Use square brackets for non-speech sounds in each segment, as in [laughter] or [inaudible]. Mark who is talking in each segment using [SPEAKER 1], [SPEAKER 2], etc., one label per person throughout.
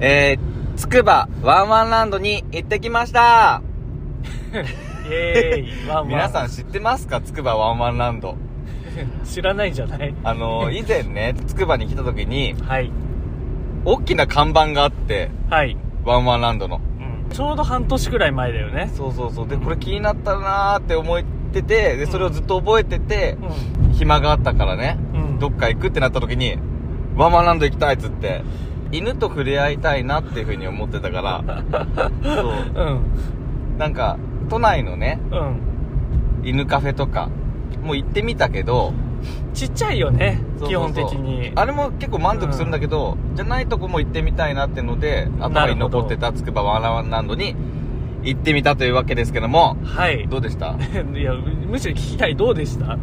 [SPEAKER 1] えー、つくばワンワンランドに行ってきました
[SPEAKER 2] イエーイワンワン
[SPEAKER 1] 皆さん知ってますかつくばワンワンランド。
[SPEAKER 2] 知らないんじゃない
[SPEAKER 1] あの [laughs] ー、以前ね、つくばに来た時に、
[SPEAKER 2] はい
[SPEAKER 1] 大きな看板があって、
[SPEAKER 2] はい、
[SPEAKER 1] ワンワンランドの。
[SPEAKER 2] うん、ちょうど半年くらい前だよね
[SPEAKER 1] そうそうそう。で、これ気になったなーって思ってて、で、それをずっと覚えてて、
[SPEAKER 2] う
[SPEAKER 1] 暇があったからね、
[SPEAKER 2] ん、うん、
[SPEAKER 1] どっか行くってなった時に、ワンワンランド行きたいっつって、犬と触れ合いたいなっていうふうに思ってた [laughs] から、そう。
[SPEAKER 2] うん
[SPEAKER 1] なんか、都内のね、
[SPEAKER 2] うん
[SPEAKER 1] 犬カフェとか、もう行ってみたけど、
[SPEAKER 2] ちっちゃいよね
[SPEAKER 1] そうそうそう
[SPEAKER 2] 基本的に
[SPEAKER 1] あれも結構満足するんだけど、じゃないとこも行ってみたいなってので、頭に
[SPEAKER 2] なるほど
[SPEAKER 1] 残ってたつくばワンワンランドに行ってみたというわけですけども、
[SPEAKER 2] はい
[SPEAKER 1] どうでした
[SPEAKER 2] [laughs] いやむむしろ聞きたいどうでした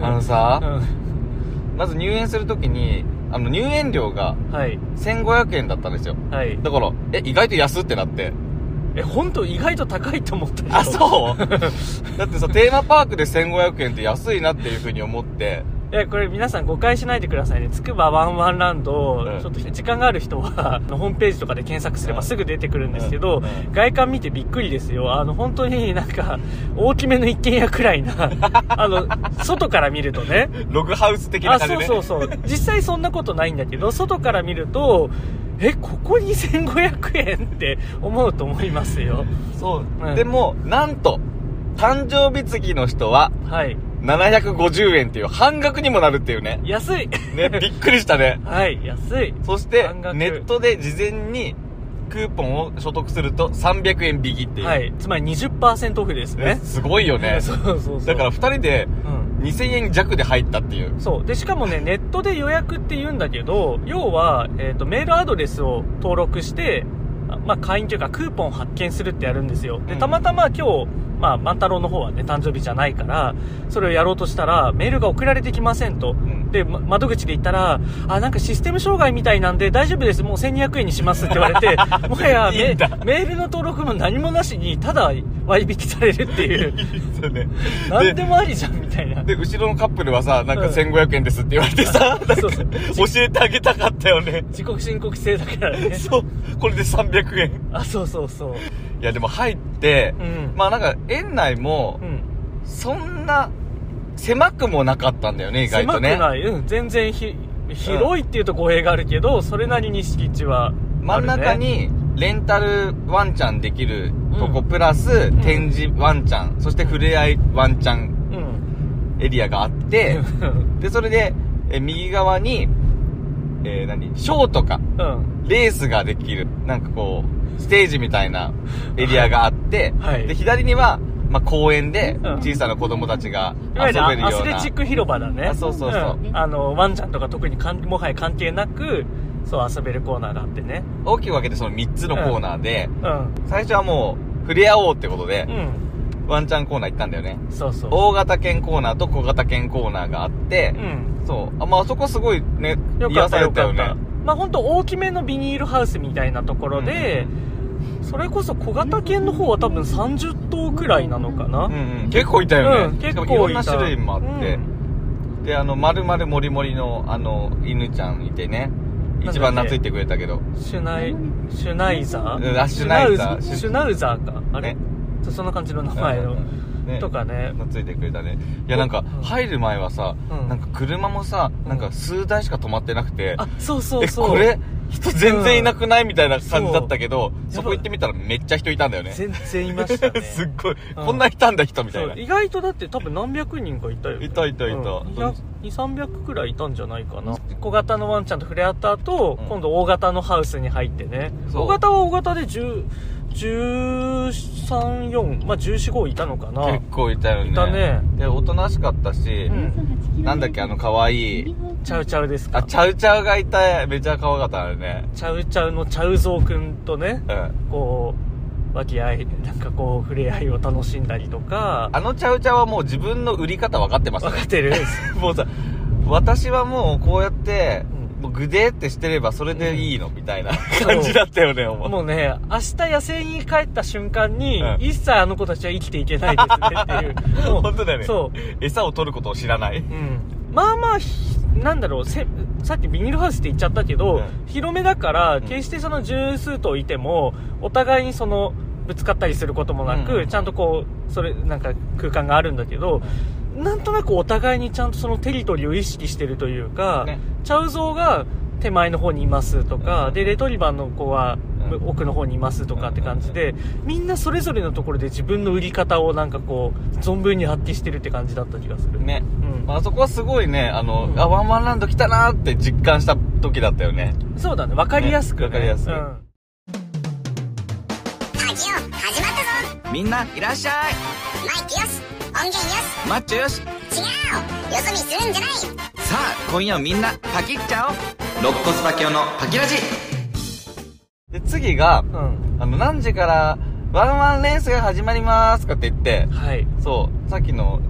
[SPEAKER 1] あのさ、
[SPEAKER 2] う
[SPEAKER 1] まず入園するときに、あの入園料が
[SPEAKER 2] んはい
[SPEAKER 1] 1500円だったんですよ。
[SPEAKER 2] はい
[SPEAKER 1] だから、え、意外と安ってなって。
[SPEAKER 2] え本当意外と高いと思ったけど
[SPEAKER 1] あ、そう [laughs] だってさ、テーマパークで1500円って安いなっていうふうに思って、
[SPEAKER 2] えこれ皆さん誤解しないでくださいねつくばワンワンランド、
[SPEAKER 1] うん
[SPEAKER 2] ちょっと時間がある人はあのホームページとかで検索すればすぐ出てくるんですけど、
[SPEAKER 1] うん
[SPEAKER 2] 外観見てびっくりですよあの本当になんか大きめの一軒家く
[SPEAKER 1] [laughs]
[SPEAKER 2] らいなあの外から見るとね
[SPEAKER 1] ログハウス的な
[SPEAKER 2] あ
[SPEAKER 1] 感じ
[SPEAKER 2] そ
[SPEAKER 1] で、ね。
[SPEAKER 2] うそうそう実際そんなことないんだけど外から見るとえここ2500円って思うと思いますよ
[SPEAKER 1] そう、
[SPEAKER 2] うん
[SPEAKER 1] でも、なんと、誕生日次の人は、
[SPEAKER 2] はい
[SPEAKER 1] 750円っていう半額にもなるっていうね。
[SPEAKER 2] 安い。
[SPEAKER 1] ね、びっくりしたね
[SPEAKER 2] [laughs] はい安い
[SPEAKER 1] そして
[SPEAKER 2] 半、額
[SPEAKER 1] ネットで事前にクーポンを所得すると300円引きっていう。
[SPEAKER 2] はいつまり20%オフです
[SPEAKER 1] ね
[SPEAKER 2] ね。
[SPEAKER 1] すごいよね
[SPEAKER 2] [laughs] そうそうそう
[SPEAKER 1] だから二人で
[SPEAKER 2] うん
[SPEAKER 1] 2000円弱で入ったっていう。
[SPEAKER 2] そうでしかもねネットで予約って言うんだけど要は、えー、とメールアドレスを登録して、あまあ、会員というかクーポンを発券するってやるんですよで
[SPEAKER 1] うん
[SPEAKER 2] たまたま今日、まあ、万太郎の方はね誕生日じゃないからそれをやろうとしたらメールが送られてきませんと
[SPEAKER 1] [laughs] うん
[SPEAKER 2] で、ま窓口で言ったら、あ、なんかシステム障害みたいなんで大丈夫です、もう1200円にしますって言われ
[SPEAKER 1] [laughs]
[SPEAKER 2] て、もはや
[SPEAKER 1] いい
[SPEAKER 2] メ
[SPEAKER 1] んだ
[SPEAKER 2] メールの登録も何もなしに、ただ割引されるっていう、
[SPEAKER 1] そうね。
[SPEAKER 2] なんでもありじゃんみたいな。
[SPEAKER 1] で、後ろのカップルはさ、なんか
[SPEAKER 2] うん
[SPEAKER 1] 1500円ですって言われて
[SPEAKER 2] [laughs]
[SPEAKER 1] さ、なんか
[SPEAKER 2] そうそう
[SPEAKER 1] 教えてあげたかったよね。
[SPEAKER 2] 自己申告制だか
[SPEAKER 1] [laughs]
[SPEAKER 2] らね。
[SPEAKER 1] そう。これで300円。
[SPEAKER 2] あ、そうそうそう。
[SPEAKER 1] いや、でも入って
[SPEAKER 2] う、ん。
[SPEAKER 1] まあなんか園内も
[SPEAKER 2] う、ん。
[SPEAKER 1] そんな狭くもなかったんだよね、意外
[SPEAKER 2] 狭
[SPEAKER 1] と
[SPEAKER 2] く
[SPEAKER 1] ね。
[SPEAKER 2] ない。うん。全然ひ、広いっていうと語弊があるけど、それなりに敷地はある、ね。
[SPEAKER 1] 真ん中。にレンタルワンちゃんできるとこ
[SPEAKER 2] うん
[SPEAKER 1] プラス展示ワンちゃん、そして触れ合いワンちゃん
[SPEAKER 2] うん。 [laughs]
[SPEAKER 1] エリアがあって、で、それで、え右側に、えー何ショーとか、
[SPEAKER 2] うん。
[SPEAKER 1] レースができる、なんかこう、ステージみたいなエリアがあって、
[SPEAKER 2] はい
[SPEAKER 1] で、左には、まあ、公園で
[SPEAKER 2] うん
[SPEAKER 1] 小さな子供たちが
[SPEAKER 2] い
[SPEAKER 1] 遊
[SPEAKER 2] わ
[SPEAKER 1] べ
[SPEAKER 2] ゆる
[SPEAKER 1] るよ
[SPEAKER 2] アス
[SPEAKER 1] う
[SPEAKER 2] レ
[SPEAKER 1] な
[SPEAKER 2] チッ。ク広場だね。
[SPEAKER 1] あそうそうそう
[SPEAKER 2] あの、ワンちゃんとか特にかんもはや関係なく、そう遊べるコーナーがあってね。
[SPEAKER 1] 大きく分けてその3つのコーナーで、
[SPEAKER 2] うん。
[SPEAKER 1] 最初はもう、触れ合おうってことで
[SPEAKER 2] う、ん。
[SPEAKER 1] ワンちゃんコーナー行ったんだよね。
[SPEAKER 2] そうそう。
[SPEAKER 1] 大型犬コーナーと小型犬コーナーがあって
[SPEAKER 2] う、ん。
[SPEAKER 1] そう。あ、まあ、あそこすごいね、
[SPEAKER 2] よか
[SPEAKER 1] 癒
[SPEAKER 2] っ
[SPEAKER 1] さ
[SPEAKER 2] た
[SPEAKER 1] れ
[SPEAKER 2] よ
[SPEAKER 1] た
[SPEAKER 2] か
[SPEAKER 1] よ
[SPEAKER 2] った
[SPEAKER 1] ね。。
[SPEAKER 2] まあ本当大きめのビニールハウスみたいなところで、それこそ小型犬の方は多分30頭くらいなのかな。
[SPEAKER 1] うんうん。結構いたよね。しかもいろんな種類もあって
[SPEAKER 2] う。ん
[SPEAKER 1] で、あの、まるまるもりもりの、あの、犬ちゃんいてね。
[SPEAKER 2] なんだっけ
[SPEAKER 1] 一番懐いてくれたけど。
[SPEAKER 2] シュナイシュナイザ
[SPEAKER 1] うん
[SPEAKER 2] ー
[SPEAKER 1] あシュナイザー
[SPEAKER 2] シュナウザーかあれ
[SPEAKER 1] ね
[SPEAKER 2] そうそんな感じの名前
[SPEAKER 1] う
[SPEAKER 2] の
[SPEAKER 1] んうんうんね
[SPEAKER 2] とかね
[SPEAKER 1] 懐いてくれたね。いや、なんか
[SPEAKER 2] うん、
[SPEAKER 1] 入る前はさ、
[SPEAKER 2] うん
[SPEAKER 1] なんか車もさ、
[SPEAKER 2] うん
[SPEAKER 1] なんか数台しか止まってなくて、
[SPEAKER 2] あそうそうそう
[SPEAKER 1] え、これ、人全然いなくないみたいな感じだったけど、
[SPEAKER 2] そ
[SPEAKER 1] そ
[SPEAKER 2] う
[SPEAKER 1] こ行ってみたらめっちゃ人いたんだよね。
[SPEAKER 2] 全然いましたね
[SPEAKER 1] [laughs] すっごい、こんないたんだ人みたい
[SPEAKER 2] そ
[SPEAKER 1] な
[SPEAKER 2] う。意外とだって多分何百人かいたよ、ね、
[SPEAKER 1] いたいたいた
[SPEAKER 2] うん、200 2300くらいいたんじゃないかな小型のワンちゃんと触れ合った後、
[SPEAKER 1] うん
[SPEAKER 2] 今度大型のハウスに入ってね
[SPEAKER 1] そう
[SPEAKER 2] 大型は大型で13134まあ145いたのかな
[SPEAKER 1] 結構いたよね。
[SPEAKER 2] いたね
[SPEAKER 1] で、おとなしかったし
[SPEAKER 2] う、ん
[SPEAKER 1] なんだっけ、あの、可愛い。
[SPEAKER 2] チャウチャウですか
[SPEAKER 1] あ、チャウチャウがいた、めちゃ可愛かったあれね。
[SPEAKER 2] チャウチャウのチャウゾウくんとね
[SPEAKER 1] うん。
[SPEAKER 2] こう和気あいなんかこう触れ合いを楽しんだりとか
[SPEAKER 1] あのチャウチャウはもう自分の売り方分かってます
[SPEAKER 2] 分 [laughs] かっ
[SPEAKER 1] ね。
[SPEAKER 2] てる
[SPEAKER 1] もうさ、私はもうこうやって
[SPEAKER 2] う、ん
[SPEAKER 1] もうグデーってしてればそれでいいのみたいな感じだったよね、お前。
[SPEAKER 2] [laughs] もうね、明日野生に帰った瞬間に、
[SPEAKER 1] うん
[SPEAKER 2] 一切あの子たちは生きてい
[SPEAKER 1] [laughs]
[SPEAKER 2] けないですねっていう。もう
[SPEAKER 1] 本当だよね。
[SPEAKER 2] そ。。
[SPEAKER 1] 餌を取ることを知らないう
[SPEAKER 2] うん。まあまあ、ひなんだろうせさっきビニールハウスって言っちゃったけど、
[SPEAKER 1] うん
[SPEAKER 2] 広めだから、
[SPEAKER 1] うん
[SPEAKER 2] 決してその十数頭いてもお互いにそのぶつかったりすることもなく、
[SPEAKER 1] うん
[SPEAKER 2] ちゃんとこうそれなんか空間があるんだけど、なんとなくお互いにちゃんとそのテリトリーを意識してるというか、
[SPEAKER 1] ね
[SPEAKER 2] チャウゾウが手前の方にいますとか、
[SPEAKER 1] うん
[SPEAKER 2] でレトリバーの子は
[SPEAKER 1] うん
[SPEAKER 2] 奥の方にいますとかって感じで、みんなそれぞれのところで自分の売り方をなんかこう存分に発揮してるって感じだった気がする、
[SPEAKER 1] ね
[SPEAKER 2] うん
[SPEAKER 1] あそこはすごいねあの、
[SPEAKER 2] うん
[SPEAKER 1] あワンワンランド来たなーって実感した時だったよね
[SPEAKER 2] そうだね分かりやすく、ね
[SPEAKER 1] ね分かりやすく
[SPEAKER 2] うん
[SPEAKER 3] ラジオ始まったぞ
[SPEAKER 4] みんないらっしゃい
[SPEAKER 3] マイクよし音源よし
[SPEAKER 4] マッチョよし
[SPEAKER 3] 違うよそ見するんじゃない
[SPEAKER 4] さあ今夜もみんなパキっちゃおう肋骨パキオのパキラジ
[SPEAKER 1] で次が
[SPEAKER 2] うん
[SPEAKER 1] あの何時からワンワンレースが始まりますとかって言って
[SPEAKER 2] はい
[SPEAKER 1] そうさっきの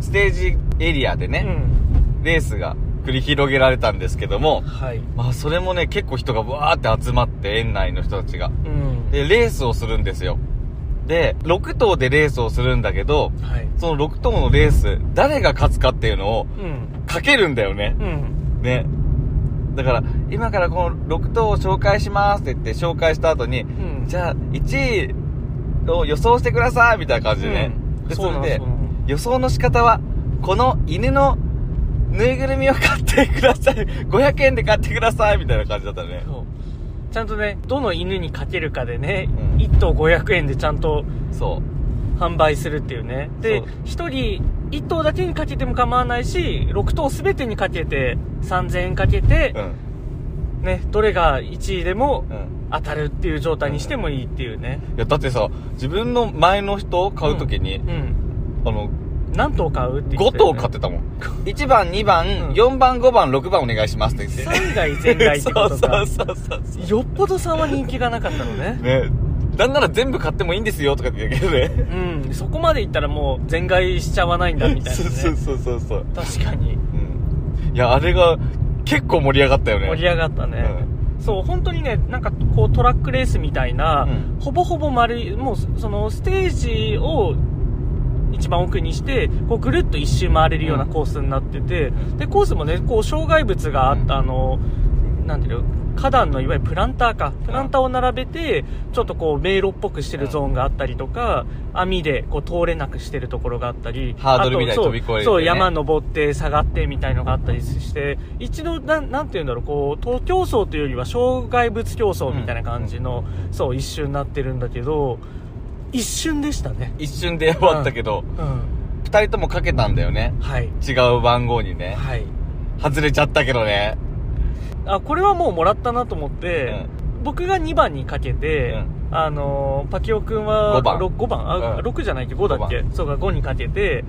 [SPEAKER 1] ステージエリアで
[SPEAKER 2] う
[SPEAKER 1] ね、
[SPEAKER 2] ん
[SPEAKER 1] レースが繰り広げられたんですけども
[SPEAKER 2] はい
[SPEAKER 1] まあそれもね結構人がわーって集まって園内の人たちが
[SPEAKER 2] うん
[SPEAKER 1] でレースをするんですよで6頭でレースをするんだけど
[SPEAKER 2] はい
[SPEAKER 1] その6頭のレース誰が勝つかっていうのを
[SPEAKER 2] うん
[SPEAKER 1] かけるんだよね
[SPEAKER 2] うん
[SPEAKER 1] ねだから今からこの6頭を紹介しますって言って紹介した後に
[SPEAKER 2] うん
[SPEAKER 1] じゃあ1位を予想してくださいみたいな感じでね、
[SPEAKER 2] うん
[SPEAKER 1] で
[SPEAKER 2] そ
[SPEAKER 1] そう
[SPEAKER 2] な
[SPEAKER 1] れで
[SPEAKER 2] んそうなの
[SPEAKER 1] 予想の仕方はこの犬のぬいぐるみを買ってください500円で買ってくださいみたいな感じだったね
[SPEAKER 2] そうちゃんとねどの犬にかけるかでね、
[SPEAKER 1] うん
[SPEAKER 2] 1頭500円でちゃんと
[SPEAKER 1] そう
[SPEAKER 2] 販売するっていうねで
[SPEAKER 1] そう
[SPEAKER 2] 1人1頭だけにかけても構わないし6頭全てにかけて3000円かけて
[SPEAKER 1] う、ん
[SPEAKER 2] ねどれが1位でも
[SPEAKER 1] うん
[SPEAKER 2] 当たるっていう状態にしてもいいっていうね
[SPEAKER 1] いやだってさ自分の前の人を買う時に、
[SPEAKER 2] うん、
[SPEAKER 1] あの
[SPEAKER 2] 何頭買うって言っ
[SPEAKER 1] 5
[SPEAKER 2] てた
[SPEAKER 1] 頭
[SPEAKER 2] よね
[SPEAKER 1] 買ってたもん1番2番、
[SPEAKER 2] うん
[SPEAKER 1] 4番5番6番お願いしますって言って
[SPEAKER 2] 3外全外ってことか
[SPEAKER 1] そうそうそうそ
[SPEAKER 2] よっぽど3は人気がなかったのね
[SPEAKER 1] う [laughs] ねなんなら全部買ってもいいんですよとかって言うけどね
[SPEAKER 2] うんそこまでいったらもう全外しちゃわないんだみたいな
[SPEAKER 1] [laughs] そ
[SPEAKER 2] ね
[SPEAKER 1] うそうそうそうそう、
[SPEAKER 2] 確かに
[SPEAKER 1] うん、いやあれが結構盛り上がったよね
[SPEAKER 2] 盛り上がったね、そう本当にねなんかこうトラックレースみたいな、
[SPEAKER 1] うん
[SPEAKER 2] ほぼほぼ丸いもうそのステージを一番奥にしてこうぐるっと一周回れるような
[SPEAKER 1] うん
[SPEAKER 2] コースになってて、でコースもねこう障害物があった、あのなんていうの花壇のいわゆるプランターかプランターを並べてちょっとこう迷路っぽくしてるゾーンがあったりとか、網でこう通れなくしてるところがあったり
[SPEAKER 1] ハードルみたいに
[SPEAKER 2] あと
[SPEAKER 1] 飛び越えれてね
[SPEAKER 2] そうそう山登って下がってみたいのがあったりして一度なんなんていうんだろうこう徒競走というよりは障害物競争みたいな感じの、そう一瞬になってるんだけど一瞬でしたね
[SPEAKER 1] 一瞬で終わったけど、
[SPEAKER 2] うん
[SPEAKER 1] 二人ともかけたんだよね
[SPEAKER 2] はい
[SPEAKER 1] 違う番号にね
[SPEAKER 2] はい
[SPEAKER 1] 外れちゃったけどね
[SPEAKER 2] あこれはもうもらったなと思って、僕が2番にかけて、あのーパキオくんは
[SPEAKER 1] 五番
[SPEAKER 2] ろ五番あ、
[SPEAKER 1] うん
[SPEAKER 2] 6じゃないっけ5だっけそうか5にかけて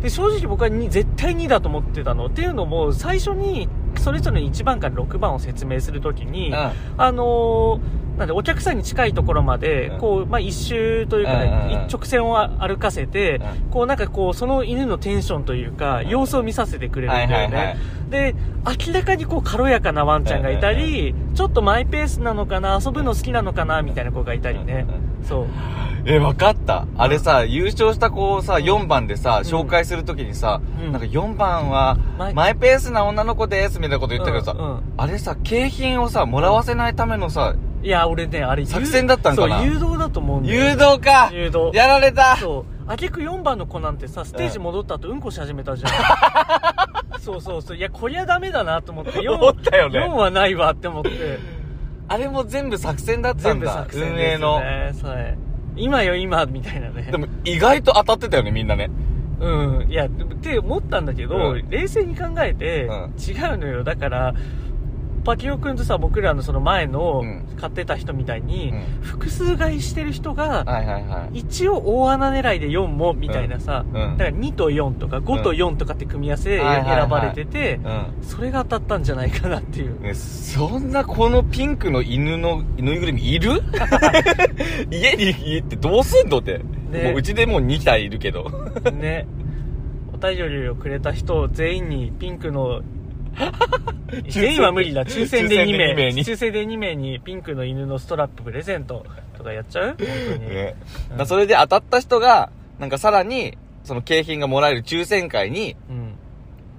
[SPEAKER 2] で正直僕はに絶対2だと思ってたのっていうのも最初にそれぞれ1番から6番を説明するときに、
[SPEAKER 1] うん
[SPEAKER 2] あのーなんでお客さんに近いところまで、
[SPEAKER 1] うん
[SPEAKER 2] こう、まあ、一周というか
[SPEAKER 1] うんうんうん
[SPEAKER 2] ね、一直線を歩かせて、
[SPEAKER 1] う
[SPEAKER 2] こう、なんかこう、その犬のテンションというか、
[SPEAKER 1] ん
[SPEAKER 2] 様子を見させてくれるんだよね。
[SPEAKER 1] はいはいはい
[SPEAKER 2] で、明らかにこう、軽やかなワンちゃんがいたり、ちょっとマイペースなのかな、遊ぶの好きなのかな、みたいな子がいたりね。そう。
[SPEAKER 1] え分かったあれさ優勝した子をさ
[SPEAKER 2] ん
[SPEAKER 1] 4番でさ
[SPEAKER 2] ん
[SPEAKER 1] 紹介するときにさ、
[SPEAKER 2] うん
[SPEAKER 1] なんか4番は
[SPEAKER 2] マイ
[SPEAKER 1] マイペースな女の子ですみたいなこと言ったけどさ、
[SPEAKER 2] うんうん
[SPEAKER 1] あれさ景品をさもらわせないためのさ
[SPEAKER 2] いや、俺ね、あれ、
[SPEAKER 1] 作戦だったんかな
[SPEAKER 2] そう、誘導だと思うんだよ。
[SPEAKER 1] 誘導か
[SPEAKER 2] 誘導
[SPEAKER 1] やられた
[SPEAKER 2] そう。あげく4番の子なんてさ、ステージ戻った後、うんこし始めたじゃ
[SPEAKER 1] [laughs]
[SPEAKER 2] ん。そうそうそう。いや、こりゃダメだなと思って、
[SPEAKER 1] 思ったよね
[SPEAKER 2] 4はないわって思って。
[SPEAKER 1] あれも全部作戦だった
[SPEAKER 2] 全
[SPEAKER 1] ん
[SPEAKER 2] 部
[SPEAKER 1] だ
[SPEAKER 2] 作戦
[SPEAKER 1] 運
[SPEAKER 2] で
[SPEAKER 1] 営
[SPEAKER 2] す
[SPEAKER 1] の
[SPEAKER 2] ね。それ今よ、今、みたいなね
[SPEAKER 1] で。も意外と当たってたよねみんなね
[SPEAKER 2] うん。いや、って思ったんだけど、
[SPEAKER 1] うん
[SPEAKER 2] 冷静に考えて、
[SPEAKER 1] うん
[SPEAKER 2] 違うのよ。だから、パキオくんとさ、僕らのその前の
[SPEAKER 1] うん
[SPEAKER 2] 買ってた人みたいに、
[SPEAKER 1] うん
[SPEAKER 2] 複数買いしてる人が、
[SPEAKER 1] はいはいはい
[SPEAKER 2] 一応大穴狙いで4もみたいなさ、
[SPEAKER 1] うん
[SPEAKER 2] だから2と4とか5と4とかって組み合わせで
[SPEAKER 1] うんはいはいはい
[SPEAKER 2] 選ばれてて、
[SPEAKER 1] うん
[SPEAKER 2] それが当たったんじゃないかなっていう。
[SPEAKER 1] ね、そんなこのピンクの犬のぬいぐるみいる [laughs] 家に家ってどうすんのって、
[SPEAKER 2] ね
[SPEAKER 1] もううちでもう2体いるけど
[SPEAKER 2] ね。お便りをくれた人全員にピン
[SPEAKER 1] [laughs]
[SPEAKER 2] クの、全員は無理だ。抽選で2名。
[SPEAKER 1] 抽選で二名に
[SPEAKER 2] 抽選で2名にピンクの犬のストラッププレゼントとかやっちゃう本当に。
[SPEAKER 1] ね、だ
[SPEAKER 2] うん
[SPEAKER 1] からそれで当たった人がなんかさらにその景品がもらえる抽選会に
[SPEAKER 2] うん。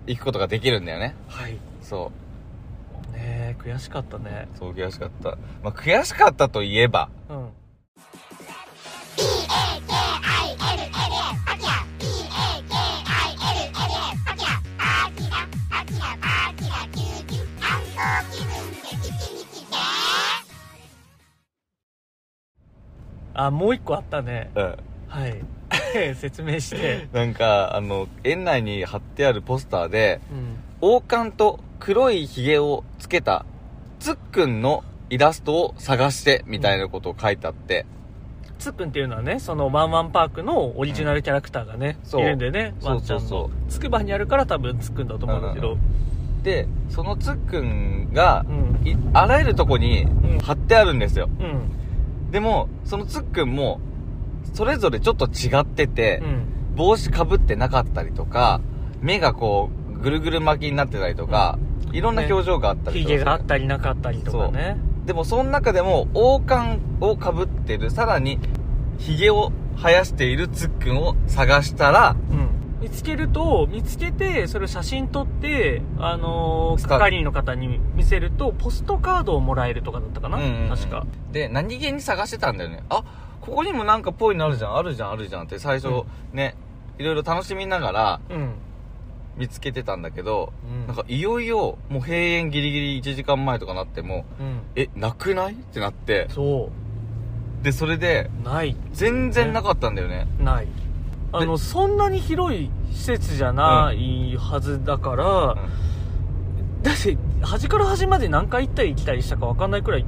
[SPEAKER 1] 行くことができるんだよね
[SPEAKER 2] はいね
[SPEAKER 1] そ
[SPEAKER 2] え悔しかったね
[SPEAKER 1] うそう悔しかった、まあ、悔しかったといえば
[SPEAKER 2] うんあもう一個あったね
[SPEAKER 1] うん
[SPEAKER 2] はい [laughs] 説明して
[SPEAKER 1] なんかあの園内に貼ってあるポスターで
[SPEAKER 2] うん
[SPEAKER 1] 王冠と黒いひげをつけたつっくんのイラストを探してみたいなことを書いてあって、
[SPEAKER 2] つっくんっていうのはねそのワンワンパークのオリジナルキャラクターがね、
[SPEAKER 1] そう
[SPEAKER 2] いるんでね
[SPEAKER 1] そ
[SPEAKER 2] ワ
[SPEAKER 1] う
[SPEAKER 2] ンち
[SPEAKER 1] そ
[SPEAKER 2] ゃ
[SPEAKER 1] うんそう
[SPEAKER 2] のつくばにあるから多分つっくんだと思うんだけど
[SPEAKER 1] でそのつっくんが
[SPEAKER 2] う、ん
[SPEAKER 1] いあらゆるとこに
[SPEAKER 2] うん
[SPEAKER 1] 貼ってあるんですよ
[SPEAKER 2] うん
[SPEAKER 1] でもそのつっくんもそれぞれちょっと違ってて
[SPEAKER 2] う、ん
[SPEAKER 1] 帽子かぶってなかったりとか目がこうぐるぐる巻きになってたりとか、いろんな表情があったり
[SPEAKER 2] ヒ
[SPEAKER 1] とかす
[SPEAKER 2] ゲ
[SPEAKER 1] る
[SPEAKER 2] があったりなかったりとかね
[SPEAKER 1] でもその中でも王冠をかぶってるさらにヒゲを生やしているつっくんを探したら
[SPEAKER 2] うん見つけると見つけてそれを写真撮ってあのー
[SPEAKER 1] スカ
[SPEAKER 2] 係員の方に見せるとポストカードをもらえるとかだったかな、
[SPEAKER 1] うんうんうん
[SPEAKER 2] 確か
[SPEAKER 1] で何気に探してたんだよねあここにもなんかぽいのあるじゃんあるじゃんあるじゃんって最
[SPEAKER 2] う
[SPEAKER 1] 初ね、いろいろ楽しみながら
[SPEAKER 2] うん、
[SPEAKER 1] 見つけてたんだけど、
[SPEAKER 2] うん
[SPEAKER 1] なんかいよいよもう閉園ギリギリ1時間前とかなっても
[SPEAKER 2] うん、
[SPEAKER 1] えなくないってなって
[SPEAKER 2] そ
[SPEAKER 1] でそれで
[SPEAKER 2] うない
[SPEAKER 1] 全然なかったんだよね
[SPEAKER 2] ないあのそんなに広い施設じゃないはずだから、だって端から端まで何回行ったり来たりしたか分かんないくらい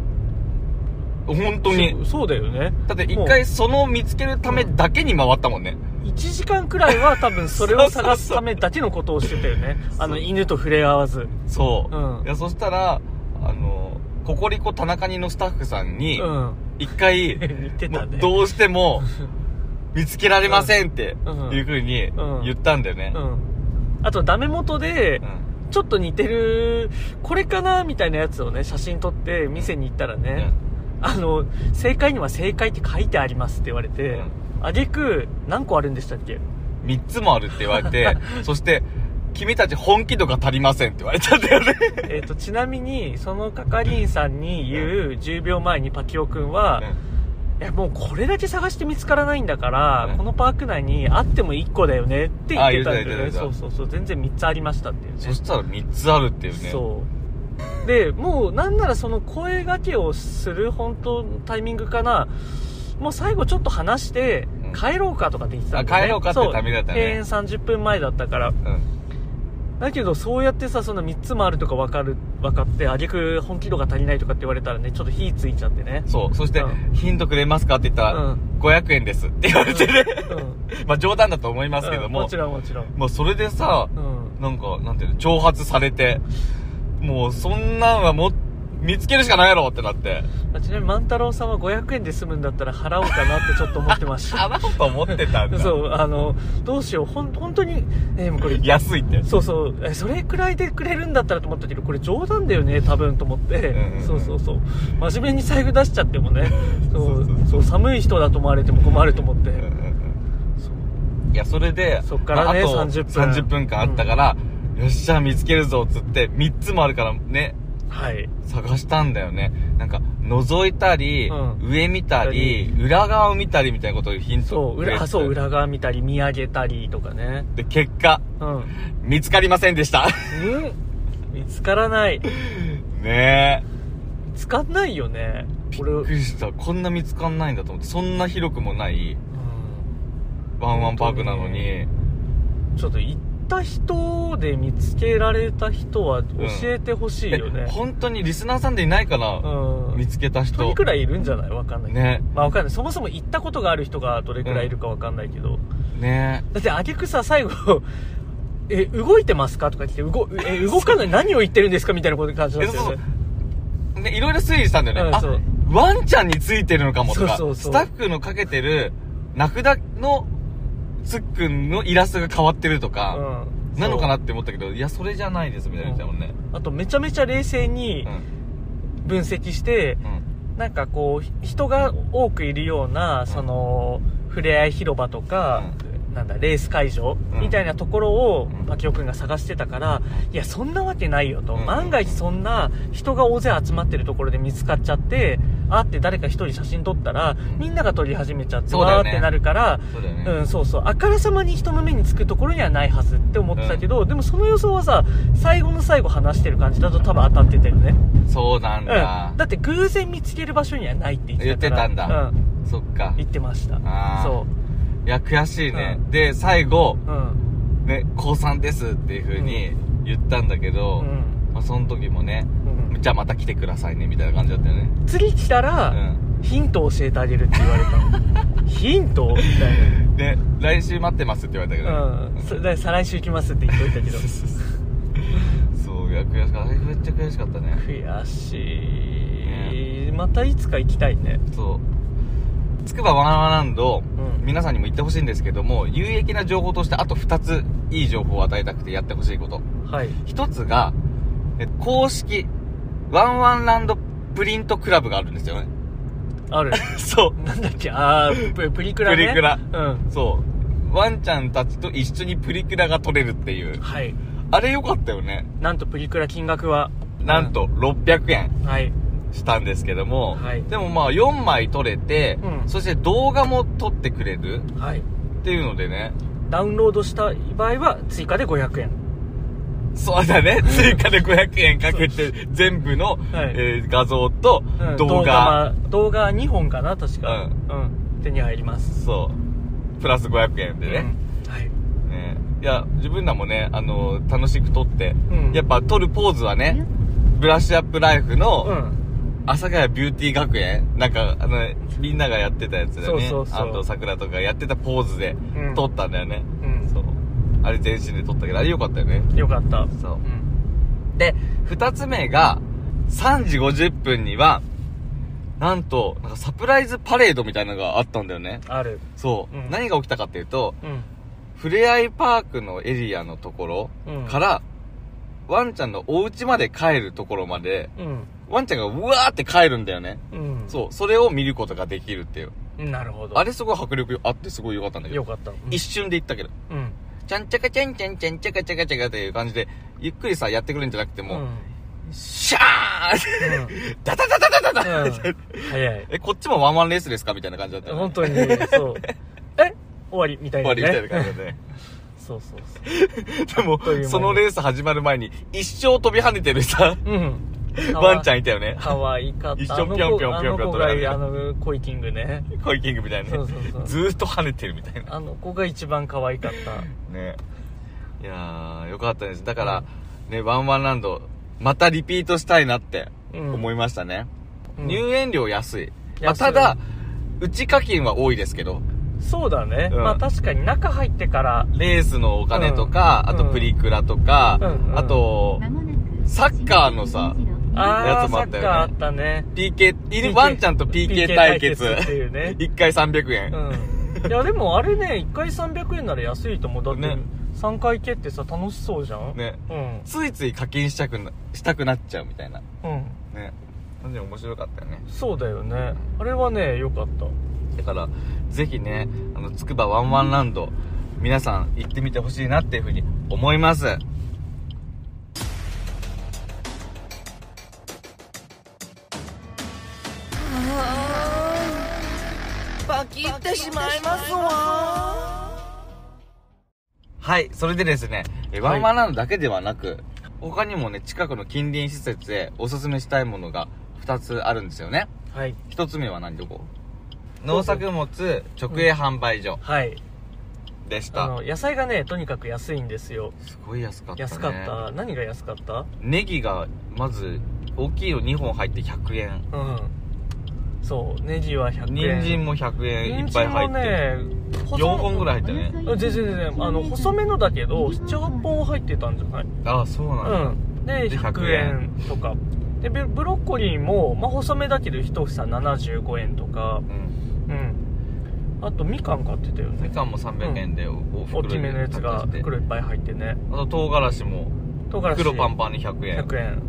[SPEAKER 1] 本当に
[SPEAKER 2] そうそうだよね
[SPEAKER 1] だって
[SPEAKER 2] も
[SPEAKER 1] 一
[SPEAKER 2] う
[SPEAKER 1] 回その見つけるためだけに回ったもんね、
[SPEAKER 2] 1時間くらいは多分それを探すためだけのことをしてたよねあの犬と触れ合わず
[SPEAKER 1] そう、
[SPEAKER 2] うん
[SPEAKER 1] いやそしたらあのココリコ田中煮のスタッフさんに
[SPEAKER 2] [laughs] うん
[SPEAKER 1] 一回、
[SPEAKER 2] 似てた
[SPEAKER 1] もう
[SPEAKER 2] ね
[SPEAKER 1] どうしても見つけられませんって
[SPEAKER 2] うん
[SPEAKER 1] いうふうに
[SPEAKER 2] うん
[SPEAKER 1] 言ったんだよね、
[SPEAKER 2] うんあとダメ元で
[SPEAKER 1] うん
[SPEAKER 2] ちょっと似てるこれかなみたいなやつをね写真撮って店に行ったらね、あの正解には正解って書いてありますって言われ
[SPEAKER 1] う
[SPEAKER 2] て、
[SPEAKER 1] ん
[SPEAKER 2] あげく何個あるんでしたっけ
[SPEAKER 1] 3つもあるって言われ
[SPEAKER 2] [laughs]
[SPEAKER 1] てそして君たち本気度が足りませんって言われたんだよね
[SPEAKER 2] えー、とちなみにその係員さんに言う10秒前にパキオくんは、いやも [laughs] うこれだけ探して見つからないんだから、
[SPEAKER 1] うん
[SPEAKER 2] このパーク内にあっても1個だよねって言ってたんだ
[SPEAKER 1] あ言ってた
[SPEAKER 2] よ
[SPEAKER 1] 言っ
[SPEAKER 2] ね
[SPEAKER 1] てた
[SPEAKER 2] そうそうそう全然3つありましたっていうね
[SPEAKER 1] そしたら3つあるっていうね
[SPEAKER 2] そうでもうなんならその声掛けをする本当タイミングかなもう最後ちょっと話して
[SPEAKER 1] うん
[SPEAKER 2] 帰ろうかとかって言ってたんだ、
[SPEAKER 1] あ帰ろうかっていうタイミングだったね
[SPEAKER 2] そう閉園30分前だったから
[SPEAKER 1] うん
[SPEAKER 2] だけどそうやってさその3つもあるとか分かる分かってあげく本気度が足りないとかって言われたらねちょっと火ついちゃってね
[SPEAKER 1] そうそして、
[SPEAKER 2] うん
[SPEAKER 1] ヒントくれますかって言ったら、
[SPEAKER 2] うん
[SPEAKER 1] 500円ですって言われてね、
[SPEAKER 2] うんうん
[SPEAKER 1] まあ冗談だと思いますけど
[SPEAKER 2] うん
[SPEAKER 1] も、
[SPEAKER 2] もちろんもちろん
[SPEAKER 1] まあそれでさ、
[SPEAKER 2] うん
[SPEAKER 1] なんか、なんていうの、挑発されて、もうそんなんはもう、見つけるしかないやろってな
[SPEAKER 2] [laughs]
[SPEAKER 1] って、
[SPEAKER 2] あちなみに万太郎さんは500円で済むんだったら払おうかなってちょっと思ってました
[SPEAKER 1] [laughs] あらんと思ってたんだ。
[SPEAKER 2] そうあのどうしようほん本当にえーもうこれ
[SPEAKER 1] 安いって。
[SPEAKER 2] そうそうえそれくらいでくれるんだったらと思ったけどこれ冗談だよね多分と思って、
[SPEAKER 1] うんうん
[SPEAKER 2] そうそうそう真面目に財布出しちゃってもねそ
[SPEAKER 1] [laughs]
[SPEAKER 2] う
[SPEAKER 1] そうそう
[SPEAKER 2] そう寒い人だと思われても困ると思って、
[SPEAKER 1] うんうん
[SPEAKER 2] そう
[SPEAKER 1] うんいや、それで、
[SPEAKER 2] そっからね
[SPEAKER 1] まああと
[SPEAKER 2] 30分
[SPEAKER 1] 30分間あったから、よっしゃ、見つけるぞっつって、3つもあるからね、
[SPEAKER 2] はい
[SPEAKER 1] 探したんだよね。なんか、覗いたり、
[SPEAKER 2] うん
[SPEAKER 1] 上見たり、裏側を見たりみたいなことでヒン
[SPEAKER 2] そ
[SPEAKER 1] ト
[SPEAKER 2] う
[SPEAKER 1] くれて
[SPEAKER 2] 裏あそう。裏側見たり見上げたりとかね
[SPEAKER 1] で、結果、
[SPEAKER 2] うん、うん、
[SPEAKER 1] 見つかりませんで
[SPEAKER 2] [laughs]
[SPEAKER 1] した。
[SPEAKER 2] 見つからない
[SPEAKER 1] ねえ。
[SPEAKER 2] 見つかんない
[SPEAKER 1] [laughs]
[SPEAKER 2] よねこれ
[SPEAKER 1] びっくりしたこんな見つかんないんだと思ってそんな広くもない
[SPEAKER 2] うん
[SPEAKER 1] ワンワンパークなのに
[SPEAKER 2] ちょっと行った人で見つけられた人は教えてほしいよね
[SPEAKER 1] え、本当にリスナーさんでいないかな、
[SPEAKER 2] うん
[SPEAKER 1] 見つけた
[SPEAKER 2] 一人
[SPEAKER 1] 人
[SPEAKER 2] くらいいるんじゃないわかんないけど
[SPEAKER 1] ね
[SPEAKER 2] まあわかんないそもそも行ったことがある人がどれくらいいるかわかんないけど、
[SPEAKER 1] ね
[SPEAKER 2] だってあげくさ最後 [laughs] え動いてますかとか言って動
[SPEAKER 1] [laughs]
[SPEAKER 2] え動かない何を言ってるんですかみたいなこと感じなんですよね
[SPEAKER 1] ねいろいろ推理したんだよね、
[SPEAKER 2] うんそう
[SPEAKER 1] あワンちゃんについてるのかもとか
[SPEAKER 2] そうそ
[SPEAKER 1] ス
[SPEAKER 2] うそう
[SPEAKER 1] タッフのかけてる名札のつっくんのイラストが変わってるとか、
[SPEAKER 2] うん
[SPEAKER 1] なのかな
[SPEAKER 2] そ
[SPEAKER 1] って思ったけどいやそれじゃないですみたいな言ってたもんね、
[SPEAKER 2] うあとめちゃめちゃ冷静に
[SPEAKER 1] うん
[SPEAKER 2] 分析して、
[SPEAKER 1] うん
[SPEAKER 2] なんかこうひ人が多くいるようなその、ふれあい広場とか、なんだレース会場
[SPEAKER 1] うん
[SPEAKER 2] みたいなところを
[SPEAKER 1] うん
[SPEAKER 2] パキオくんが探してたからいやそんなわけないよと
[SPEAKER 1] うん
[SPEAKER 2] 万が一そんな人が大勢集まってるところで見つかっちゃってあーって誰か一人写真撮ったらみんなが撮り始めちゃって
[SPEAKER 1] そうだよ
[SPEAKER 2] わーっ
[SPEAKER 1] ね
[SPEAKER 2] てなるから
[SPEAKER 1] そうだよね、
[SPEAKER 2] うん、そうそう。あからさまに人の目につくところにはないはずって思ってたけど、でもその予想はさ、最後の最後話してる感じだと多分当たってたよね。
[SPEAKER 1] そうなん
[SPEAKER 2] うん。
[SPEAKER 1] だ
[SPEAKER 2] だ、って偶然見つける場所にはないって言
[SPEAKER 1] 言
[SPEAKER 2] っ
[SPEAKER 1] ってて
[SPEAKER 2] たか
[SPEAKER 1] た
[SPEAKER 2] ら。
[SPEAKER 1] んだ、
[SPEAKER 2] うん。
[SPEAKER 1] そっか
[SPEAKER 2] 言ってました
[SPEAKER 1] あー。
[SPEAKER 2] そ
[SPEAKER 1] いや悔しいね、
[SPEAKER 2] う
[SPEAKER 1] で最後
[SPEAKER 2] う。うん。
[SPEAKER 1] ね高3ですっていう風に言ったんだけ
[SPEAKER 2] う
[SPEAKER 1] ど、
[SPEAKER 2] ん。
[SPEAKER 1] まあ、その時もね
[SPEAKER 2] うん
[SPEAKER 1] じゃあまた来てくださいねみたいな感じだったよね
[SPEAKER 2] 次来たら、ヒント教えてあげるって言わ
[SPEAKER 1] [laughs]
[SPEAKER 2] れた。ヒントみたい
[SPEAKER 1] うんで来週待ってますって言われたけど
[SPEAKER 2] な。
[SPEAKER 1] ね、
[SPEAKER 2] うん。それで再来週行きますって言っといたけど。
[SPEAKER 1] [laughs] そういや悔しかったあれめっちゃ悔しかったね
[SPEAKER 2] 悔しい。またいつか行きたいね。
[SPEAKER 1] そうつくばワンワンランド、
[SPEAKER 2] うん
[SPEAKER 1] 皆さんにも言ってほしいんですけども有益な情報としてあと2ついい情報を与えたくてやってほしいこと
[SPEAKER 2] はい。
[SPEAKER 1] 1つがえ公式ワンワンランドプリントクラブがあるんですよね [laughs]
[SPEAKER 2] ある。
[SPEAKER 1] そう
[SPEAKER 2] なんだっけああ、ププリクラね。
[SPEAKER 1] プリクラ
[SPEAKER 2] うん。
[SPEAKER 1] そうワンちゃんたちと一緒にプリクラが撮れるっていう
[SPEAKER 2] はい。
[SPEAKER 1] あれ良かったよね
[SPEAKER 2] なんとプリクラ金額は。
[SPEAKER 1] なんと600円
[SPEAKER 2] うん。はい。
[SPEAKER 1] したんですけども、
[SPEAKER 2] はい
[SPEAKER 1] でもまあ4枚撮れて、
[SPEAKER 2] うん
[SPEAKER 1] そして動画も撮ってくれる
[SPEAKER 2] はい。
[SPEAKER 1] っていうのでね
[SPEAKER 2] ダウンロードした場合は追加で500円。
[SPEAKER 1] そうだね。追加で500円かけて、全部の、
[SPEAKER 2] い
[SPEAKER 1] えー画像と
[SPEAKER 2] うん
[SPEAKER 1] 動画、
[SPEAKER 2] ま動画2本かな、確か。うん。手に入ります。
[SPEAKER 1] そう。プラス500円でね。
[SPEAKER 2] うん。はい。
[SPEAKER 1] ねいや、自分らもね、あの楽しく撮って、
[SPEAKER 2] うん
[SPEAKER 1] やっぱ撮るポーズはね、ブラッシュアップライフ
[SPEAKER 2] う
[SPEAKER 1] の、
[SPEAKER 2] ん。
[SPEAKER 1] 阿佐ヶ谷ビューティー学園なんか、あの、みんながやってたやつだよね。
[SPEAKER 2] そうそうそう
[SPEAKER 1] 安藤桜とかやってたポーズで
[SPEAKER 2] うん
[SPEAKER 1] 撮ったんだよね。
[SPEAKER 2] うん。
[SPEAKER 1] そう。あれ全身で撮ったけど、あれよかったよね。
[SPEAKER 2] よかった。
[SPEAKER 1] そう
[SPEAKER 2] う。ん。
[SPEAKER 1] で、二つ目が、3時50分には、なんと、なんかサプライズパレードみたいなのがあったんだよね。
[SPEAKER 2] ある。
[SPEAKER 1] そう。
[SPEAKER 2] うん
[SPEAKER 1] 何が起きたかっていうと、
[SPEAKER 2] うん。
[SPEAKER 1] ふれあいパークのエリアのとこ
[SPEAKER 2] うん
[SPEAKER 1] ろから、ワンちゃんのお家まで帰るところまで、
[SPEAKER 2] うん。
[SPEAKER 1] ワンちゃんがうわーって帰るんだよね。
[SPEAKER 2] うん。
[SPEAKER 1] そう。それを見ることができるっていう。
[SPEAKER 2] う。なるほど。
[SPEAKER 1] あれすごい迫力あってすごい良かったんだけ
[SPEAKER 2] よ
[SPEAKER 1] ど。
[SPEAKER 2] かった。うん
[SPEAKER 1] 一瞬で行ったけど。
[SPEAKER 2] うん。
[SPEAKER 1] ちゃんちゃかちゃんちゃんちゃんちゃかちゃかちゃかっていう感じで、ゆっくりさ、やってくるんじゃなくて
[SPEAKER 2] うん。う
[SPEAKER 1] も、
[SPEAKER 2] ん。
[SPEAKER 1] シャーンってダダダダダダ [laughs] ダ、
[SPEAKER 2] うん早い。
[SPEAKER 1] え、こっちもワンワンレースですかみたいな感じだったよ、ね。
[SPEAKER 2] 本当に、そう。 [laughs] え終わりみたい
[SPEAKER 1] 終
[SPEAKER 2] な、
[SPEAKER 1] わ
[SPEAKER 2] ね。
[SPEAKER 1] りみたいな感じだね。
[SPEAKER 2] [laughs] そうそうそ
[SPEAKER 1] でも
[SPEAKER 2] という間、に
[SPEAKER 1] そのレース始まる前に、一生飛び跳ねてるさ、
[SPEAKER 2] う。うん。
[SPEAKER 1] [laughs] ワンちゃ
[SPEAKER 2] ん。
[SPEAKER 1] んいたよね。
[SPEAKER 2] かわいかった。
[SPEAKER 1] 一緒ぴょんぴょんぴょんぴょん
[SPEAKER 2] あの子
[SPEAKER 1] とね
[SPEAKER 2] が、あの、コイキングね。
[SPEAKER 1] コイキングみたいなね。
[SPEAKER 2] そうそうそう
[SPEAKER 1] ずーっと跳ねてるみたいな。
[SPEAKER 2] あの子が一番可愛かった。
[SPEAKER 1] ね。いやー、よかったです。だから、ね、ワンワンランド、またリピートしたいなって
[SPEAKER 2] うん
[SPEAKER 1] 思いましたね。
[SPEAKER 2] うん
[SPEAKER 1] 入園料安い。まあ、
[SPEAKER 2] 安い
[SPEAKER 1] ただ、内課金は多いですけど、
[SPEAKER 2] そうだね。
[SPEAKER 1] うん
[SPEAKER 2] まあ確かに中入ってから、
[SPEAKER 1] レースのお金とか、
[SPEAKER 2] うん
[SPEAKER 1] あとプリクラとか、
[SPEAKER 2] うん
[SPEAKER 1] あと、サッカーのさ
[SPEAKER 2] あ
[SPEAKER 1] や
[SPEAKER 2] ー、
[SPEAKER 1] つも
[SPEAKER 2] サ
[SPEAKER 1] あったよね
[SPEAKER 2] ッカーあったね。
[SPEAKER 1] PK、犬ワンちゃんと PK 対決。
[SPEAKER 2] PK っていう
[SPEAKER 1] [laughs]
[SPEAKER 2] ね。
[SPEAKER 1] 1回300円。
[SPEAKER 2] うん。いやでもあれね、1回300円なら安いと思う。だって
[SPEAKER 1] ね、
[SPEAKER 2] 3回蹴ってさ、楽しそうじゃん。
[SPEAKER 1] ね。
[SPEAKER 2] うん。
[SPEAKER 1] ついつい課金したくな、したくなっちゃうみたいな。
[SPEAKER 2] うん。
[SPEAKER 1] ね。なんで面白かったよね。
[SPEAKER 2] そうだよね。あれはね、良かった。
[SPEAKER 1] だから、ぜひね、あの、つくばワンワンランド、皆さん行ってみてほしいなっていうふうに思います。はい、それでですね、えワンワンランドだけではなく、他にもね、近くの近隣施設へおすすめしたいものが2つあるんですよね。
[SPEAKER 2] はい。
[SPEAKER 1] 1つ目は何どこ農作物直営販売所
[SPEAKER 2] はい。
[SPEAKER 1] でした。
[SPEAKER 2] あの、野菜がね、とにかく安いんですよ。
[SPEAKER 1] すごい安かったね。
[SPEAKER 2] 安かった。何が安かった
[SPEAKER 1] ネギが、まず、大きいの2本入って100円。
[SPEAKER 2] うん。そう、ネギは100円。
[SPEAKER 1] 人参も100円いっぱい入ってる。
[SPEAKER 2] 人参もね、
[SPEAKER 1] 4本ぐらい入ってるね。
[SPEAKER 2] い。全然全然、あの、細めのだけど、7、8本は入ってたんじゃない
[SPEAKER 1] ああ、そうなんだ。
[SPEAKER 2] うん。で、
[SPEAKER 1] で
[SPEAKER 2] 100
[SPEAKER 1] 100円
[SPEAKER 2] 円とか。で、ブブロッコリーも、まあ、細めだけど、一房75円とか。
[SPEAKER 1] うん。
[SPEAKER 2] うん。あと、みかん買ってたよ
[SPEAKER 1] み
[SPEAKER 2] ね。
[SPEAKER 1] かんも300円でお、お袋
[SPEAKER 2] 大
[SPEAKER 1] に
[SPEAKER 2] きめのやつが
[SPEAKER 1] 買ってきて
[SPEAKER 2] 袋いっぱい入ってね。
[SPEAKER 1] あと唐辛子も、
[SPEAKER 2] 唐辛子。
[SPEAKER 1] 袋パンパンに100円。
[SPEAKER 2] 100円。うん。
[SPEAKER 1] ね。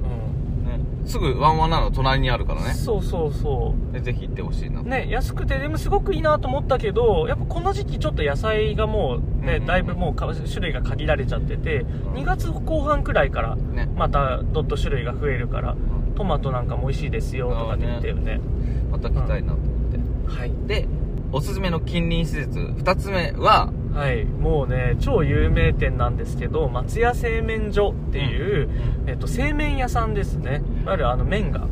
[SPEAKER 1] すぐワンワンなの隣にあるからね
[SPEAKER 2] そうそうそ
[SPEAKER 1] でぜひ行ってほしいな
[SPEAKER 2] うね安くてでもすごくいいなと思ったけどやっぱこの時期ちょっと野菜がもうね、
[SPEAKER 1] うん
[SPEAKER 2] だいぶもうか種類が限られちゃってて、
[SPEAKER 1] ん
[SPEAKER 2] 2月後半くらいから
[SPEAKER 1] ね
[SPEAKER 2] またどっと種類が増えるからトマトなんかも美味しいですよとかって言ってるね
[SPEAKER 1] また来たいなと思って、
[SPEAKER 2] はい
[SPEAKER 1] でおすすめの近隣施設2つ目は
[SPEAKER 2] はい、もうね超有名店なんですけど松屋製麺所っていう、えっと、製麺屋さんですねいわゆるあの麺が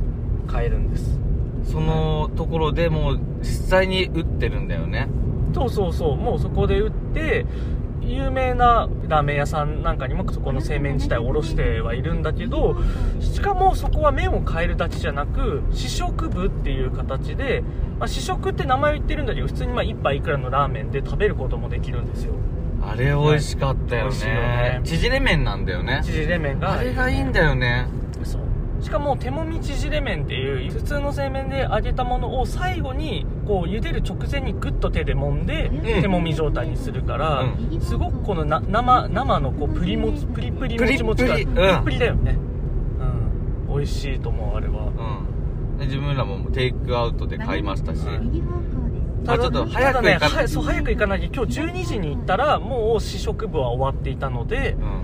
[SPEAKER 2] 買えるんです
[SPEAKER 1] そのところでもう実際に打ってるんだよね
[SPEAKER 2] そうそうそうもうそこで売って有名なラーメン屋さんなんかにもそこの製麺自体おろしてはいるんだけどしかもそこは麺を変えるだけじゃなく試食部っていう形で、まあ、試食って名前を言ってるんだけど普通にまあ1杯いくらのラーメンで食べることもできるんですよ
[SPEAKER 1] あれ美味しかった
[SPEAKER 2] はい
[SPEAKER 1] よ
[SPEAKER 2] 美味しいよ
[SPEAKER 1] ね
[SPEAKER 2] ね
[SPEAKER 1] 縮れ麺なんだよね
[SPEAKER 2] 縮れ麺が
[SPEAKER 1] あれがいいんだよね
[SPEAKER 2] そうしかも手もみ縮れ麺っていう普通の製麺で揚げたものを最後にこう茹でる直前にグッと手で揉んで、
[SPEAKER 1] ん
[SPEAKER 2] 手もみ状態にするから、
[SPEAKER 1] う
[SPEAKER 2] すごくこのな生生のこうプリもちプリプリもちもちが
[SPEAKER 1] プリプリうん
[SPEAKER 2] プリプリだよね、うん、美味しいと思うあれは
[SPEAKER 1] うんで自分らもテイクアウトで買いましたし、
[SPEAKER 2] はい
[SPEAKER 1] あちょっと早く行か
[SPEAKER 2] ただねはそう早く行かないで今日12時に行ったらもう試食部は終わっていたので
[SPEAKER 1] うん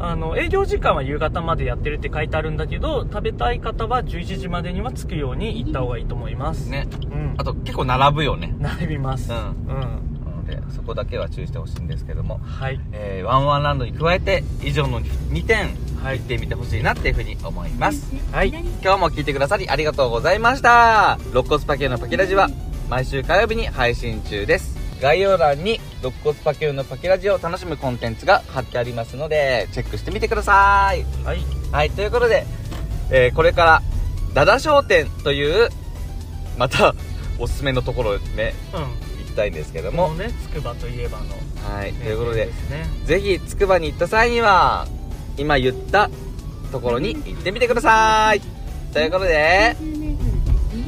[SPEAKER 2] あの営業時間は夕方までやってるって書いてあるんだけど食べたい方は11時までには着くように行った方がいいと思います
[SPEAKER 1] ね
[SPEAKER 2] うん
[SPEAKER 1] あと結構並ぶよね
[SPEAKER 2] 並びます
[SPEAKER 1] う
[SPEAKER 2] うんん、
[SPEAKER 1] なのでそこだけは注意してほしいんですけども、
[SPEAKER 2] はい
[SPEAKER 1] えー、ワンワンランドに加えて以上の2点行ってみてほしいなっていうふうに思います、
[SPEAKER 2] はい
[SPEAKER 1] 今日も聞いてくださりありがとうございました肋骨パキューのパキラジは毎週火曜日に配信中です概要欄に肋骨パキューのパキラジを楽しむコンテンツが貼ってありますのでチェックしてみてください
[SPEAKER 2] はい
[SPEAKER 1] はい、ということで、えーこれから、ダダ商店という、また、おすすめのところね、
[SPEAKER 2] うん
[SPEAKER 1] 行きたいんですけど
[SPEAKER 2] も
[SPEAKER 1] も
[SPEAKER 2] う、ねつくばといえばの
[SPEAKER 1] はい、と
[SPEAKER 2] 名
[SPEAKER 1] いう
[SPEAKER 2] 店
[SPEAKER 1] ことで
[SPEAKER 2] で、すね
[SPEAKER 1] ぜひ、つくばに行った際には、今言ったところに行ってみてくださいということで、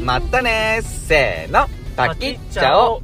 [SPEAKER 1] またねーせーの、パキッチャオ